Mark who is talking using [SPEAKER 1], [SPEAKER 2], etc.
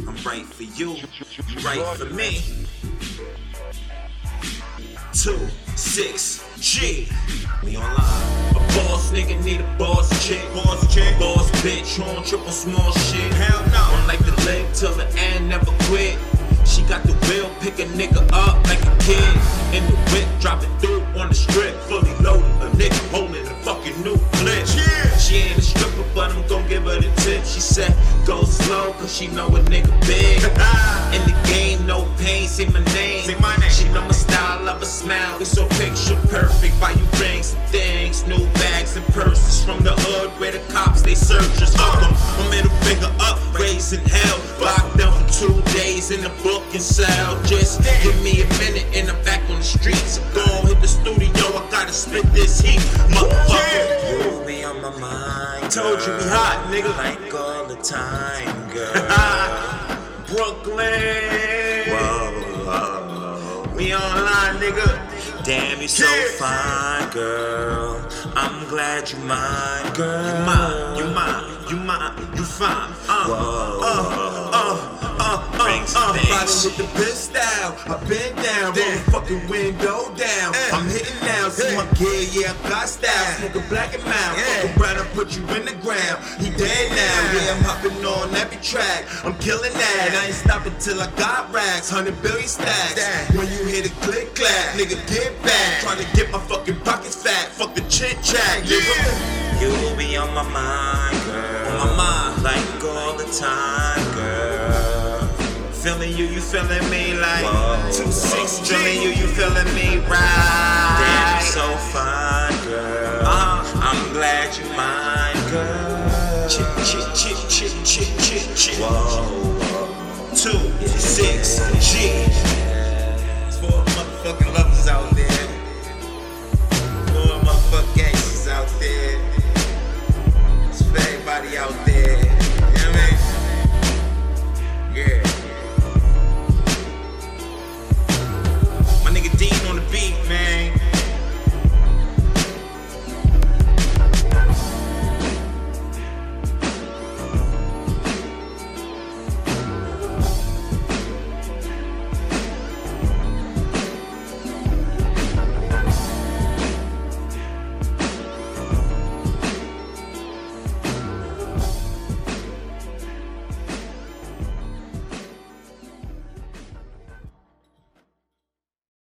[SPEAKER 1] I'm right for you, you right for me. Two, six, G. We online. A boss nigga need a boss chick, boss chick, boss bitch. On triple small shit. Hell no. I'm like the leg till the end, never quit. She got the will, pick a nigga up like a kid. In the whip, dropping through on the strip, fully loaded. A nigga holding a fucking new clip. She ain't a stripper, but I'm gon' give her the tip. She said, go slow, cause she know a nigga big. In the game, no pain, say my name. Say my name. She know my style, love a smile. We so picture perfect. Buy you rings and things, new bags and purses from the hood where the cops they search us. Fuck 'em. my middle finger up, raising hell. Locked down for two days in the booking cell. Just give me a minute and I'm back on the streets. I'm gonna hit the studio, I gotta spit this heat, motherfucker.
[SPEAKER 2] You be on my mind.
[SPEAKER 1] Told you we hot, nigga.
[SPEAKER 2] Like all the time, girl.
[SPEAKER 1] Brooklyn.
[SPEAKER 2] Whoa,
[SPEAKER 1] We online, nigga.
[SPEAKER 2] Damn, you so
[SPEAKER 1] Yeah.
[SPEAKER 2] fine, girl. I'm glad you mine, girl.
[SPEAKER 1] You mine, you mine, you mine, you fine. Uh,
[SPEAKER 2] Whoa.
[SPEAKER 1] uh, uh, uh, uh,
[SPEAKER 2] Rings and
[SPEAKER 1] uh.
[SPEAKER 2] things.
[SPEAKER 1] Riding with the best style. I've been down, roll
[SPEAKER 2] Damn.
[SPEAKER 1] the fucking window down.
[SPEAKER 2] Eh.
[SPEAKER 1] I'm hitting now, see
[SPEAKER 2] Eh.
[SPEAKER 1] my gear, yeah, I got style. Smoking black and mild,
[SPEAKER 2] Yeah.
[SPEAKER 1] fuck around and put you in the ground. He dead now,
[SPEAKER 2] Yeah.
[SPEAKER 1] yeah, I'm hopping on every track. I'm killing that, I ain't stopping till I got racks, hundred billion stacks.
[SPEAKER 2] Stack.
[SPEAKER 1] When you hear the click clack, nigga, get back. Trying to get my fucking pockets fat, fuck the chit chat, nigga.
[SPEAKER 2] You be on my mind, girl.
[SPEAKER 1] On my mind.
[SPEAKER 2] Like all the time, girl.
[SPEAKER 1] Feeling you, you feeling me like
[SPEAKER 2] Whoa.
[SPEAKER 1] two six. Feeling you, you feeling me right.
[SPEAKER 2] Damn, you so fine, girl.
[SPEAKER 1] Uh.
[SPEAKER 2] Uh-huh. I'm glad you mine, girl.
[SPEAKER 1] Chip, chip, chip, chip, chip, chip, chip.
[SPEAKER 2] Whoa, whoa.
[SPEAKER 1] Two six G. It's for a motherfucking love.